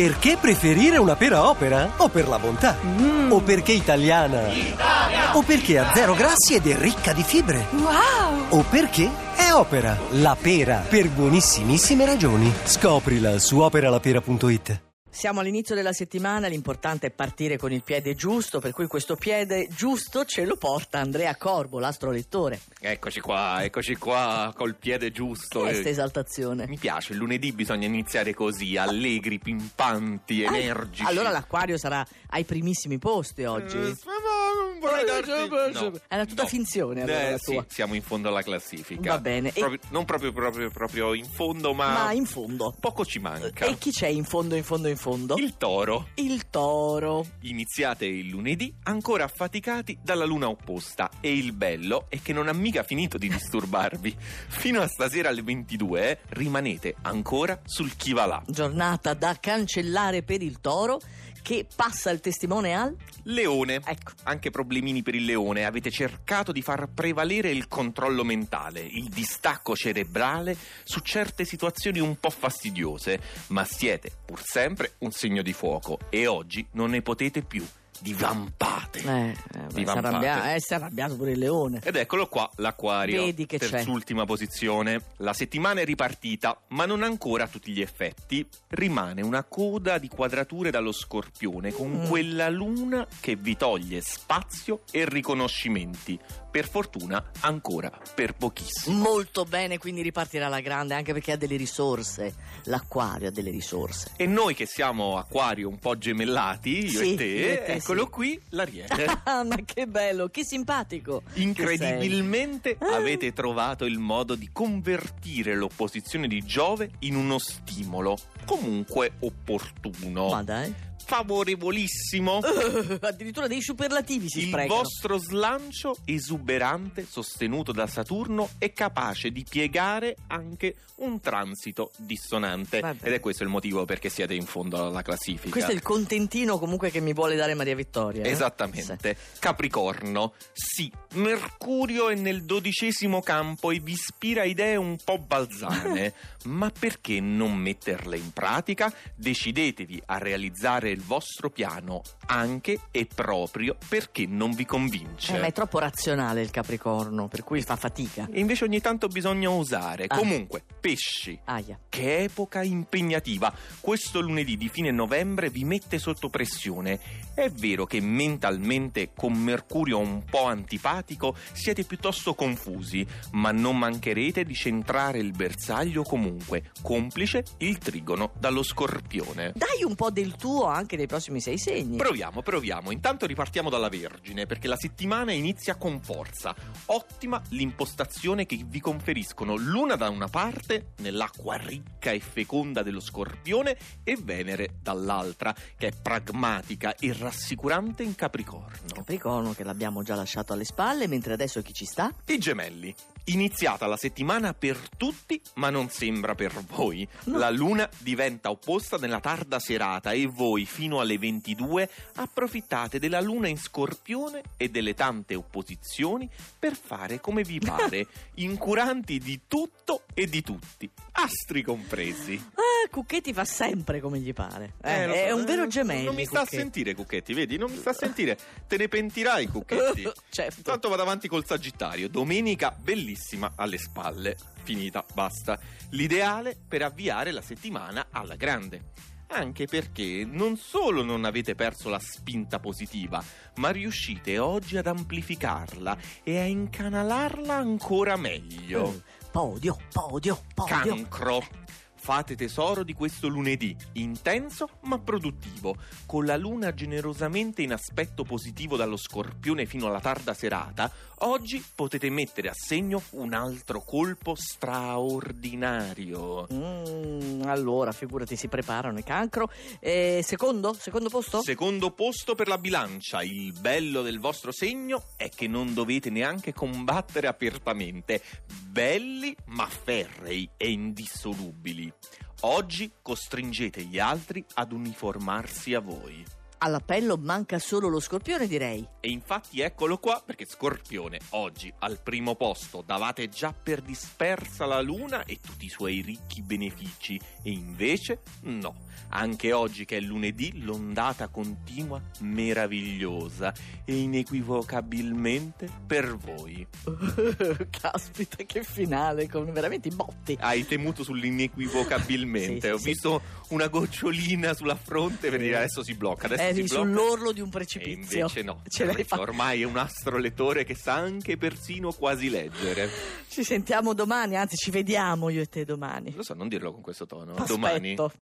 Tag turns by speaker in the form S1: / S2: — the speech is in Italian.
S1: Perché preferire una pera opera? O per la bontà? O perché italiana? O perché ha zero grassi ed è ricca di fibre?
S2: Wow!
S1: O perché è opera? La pera, per buonissimissime ragioni. Scoprila su operalapera.it.
S3: Siamo all'inizio della settimana, l'importante è partire con il piede giusto, per cui questo piede giusto ce lo porta Andrea Corbo, l'astrolettore.
S4: Eccoci qua, eccoci qua, col piede giusto.
S3: Che è
S4: Eh,
S3: sta esaltazione?
S4: Mi piace, il lunedì bisogna iniziare così, allegri, pimpanti, energici.
S3: Ah, Allora l'acquario sarà ai primissimi posti oggi.
S4: Eh, non vorrei darti- no.
S3: Era tutta
S4: No.
S3: finzione allora,
S4: Eh,
S3: la
S4: sì,
S3: tua.
S4: siamo in fondo alla classifica.
S3: Va bene, e-
S4: Proprio- non proprio, proprio, proprio in fondo, ma,
S3: Ma in fondo.
S4: poco ci Ah. manca.
S3: E chi c'è in fondo, in fondo, in fondo?
S4: Il toro.
S3: Il toro.
S4: Iniziate il lunedì ancora affaticati dalla luna opposta e il bello è che non ha mica finito di disturbarvi. Fino a stasera alle 22 eh, rimanete ancora sul chi va là.
S3: Giornata da cancellare per il toro che passa il testimone al...
S4: Leone.
S3: Ecco.
S4: Anche problemini per il leone. Avete cercato di far prevalere il controllo mentale, il distacco cerebrale su certe situazioni un po' fastidiose, ma siete pur sempre un segno di fuoco e oggi non ne potete più. Divampate.
S3: Eh, eh, beh, si, è
S4: Divampate.
S3: arrabbia- eh, si è arrabbiato pure il leone.
S4: Ed eccolo qua l'acquario.
S3: Vedi che c'è.
S4: Terz'ultima posizione. La settimana è ripartita, ma non ancora a tutti gli effetti. Rimane una coda di quadrature dallo scorpione con
S3: Mm.
S4: quella luna che vi toglie spazio e riconoscimenti. Per fortuna ancora per pochissimo.
S3: Molto bene, quindi ripartirà la grande anche perché ha delle risorse. L'acquario ha delle risorse.
S4: E noi che siamo acquario un po' gemellati, io
S3: Sì,
S4: e te,
S3: io e te,
S4: eccolo
S3: sì.
S4: qui, l'ariete.
S3: Ah, ma che bello, che simpatico.
S4: Incredibilmente
S3: Che sei.
S4: avete trovato il modo di convertire l'opposizione di Giove in uno stimolo, comunque opportuno,
S3: Ma dai.
S4: favorevolissimo.
S3: addirittura dei superlativi si
S4: Il
S3: sprecano.
S4: vostro slancio esuberante, sostenuto da Saturno, è capace di piegare anche un transito dissonante.
S3: Vabbè.
S4: Ed è questo il motivo perché siete in fondo alla classifica.
S3: Questo è il contentino comunque che mi vuole dare Maria Vittoria. eh?
S4: Esattamente. Capricorno, sì, Mercurio è nel dodicesimo campo e vi ispira idee un po' balzane, ma perché non metterle in pratica? Decidetevi a realizzare il vostro piano anche e proprio perché non vi
S3: Sì.
S4: convince.
S3: Eh, ma è troppo razionale il Capricorno, per cui fa fatica.
S4: E invece ogni tanto bisogna osare.
S3: Ah.
S4: Comunque, pesci.
S3: Aia.
S4: Che epoca impegnativa! Questo lunedì di fine novembre vi mette sotto pressione. È vero che mentalmente, con Mercurio un po' antipatico, siete piuttosto confusi, ma non mancherete di centrare il bersaglio comunque, complice il trigono dallo scorpione.
S3: Dai un po' del tuo anche dei prossimi sei segni.
S4: Proviamo, proviamo. Intanto ripartiamo dalla Vergine, perché la settimana inizia con forza. Ottima l'impostazione che vi conferiscono l'una da una parte, nell'acqua ricca e feconda dello Scorpione, e Venere dall'altra, che è pragmatica e rassicurante in Capricorno.
S3: Capricorno che l'abbiamo già lasciato alle spalle, mentre adesso chi ci sta?
S4: I gemelli. Iniziata la settimana per tutti, ma non sembra per voi.
S3: No.
S4: La luna diventa opposta nella tarda serata e voi fino alle 22 approfittate della luna in scorpione e delle tante opposizioni per fare come vi pare, incuranti di tutto e di tutti, astri compresi.
S3: Ah, Cucchetti fa sempre come gli pare. Eh,
S4: lo
S3: è
S4: so,
S3: un
S4: eh,
S3: vero
S4: non-
S3: gemello.
S4: Non mi sta
S3: Cucchetti.
S4: a sentire Cucchetti, vedi? Non mi sta a sentire. Te ne pentirai Cucchetti.
S3: certo.
S4: Intanto vado avanti col Sagittario. Domenica bellissima alle spalle. Finita, basta. L'ideale per avviare la settimana alla grande. Anche perché non solo non avete perso la spinta positiva, ma riuscite oggi ad amplificarla e a incanalarla ancora meglio.
S3: Mm. Podio, podio, podio.
S4: Cancro. Fate tesoro di questo lunedì, intenso ma produttivo, con la luna generosamente in aspetto positivo dallo scorpione fino alla tarda serata, oggi potete mettere a segno un altro colpo straordinario.
S3: Mm, allora, figurati, si preparano i cancro. Eh, secondo? Secondo posto?
S4: Secondo posto per la bilancia. Il bello del vostro segno è che non dovete neanche combattere apertamente. Belli ma ferrei e indissolubili. Oggi costringete gli altri ad uniformarsi a voi.
S3: All'appello manca solo lo scorpione, direi.
S4: E infatti eccolo qua perché Scorpione oggi al primo posto davate già per dispersa la luna e tutti i suoi ricchi benefici e invece no. Anche oggi che è lunedì l'ondata continua meravigliosa e inequivocabilmente per voi.
S3: Caspita, che finale, con veramente i botti.
S4: Hai temuto
S3: Sì,
S4: sull'inequivocabilmente,
S3: sì,
S4: ho
S3: sì. Eh
S4: visto una gocciolina sulla fronte per dire adesso si blocca, adesso si
S3: Eri
S4: blocca.
S3: sull'orlo di un
S4: E
S3: precipizio.
S4: invece no,
S3: Ce l'hai
S4: perché
S3: fatta.
S4: ormai è un astrolettore che sa anche persino quasi leggere.
S3: Ci sentiamo domani, anzi ci vediamo io e te domani.
S4: Lo so, non dirlo con questo tono.
S3: Aspetto.
S4: Domani.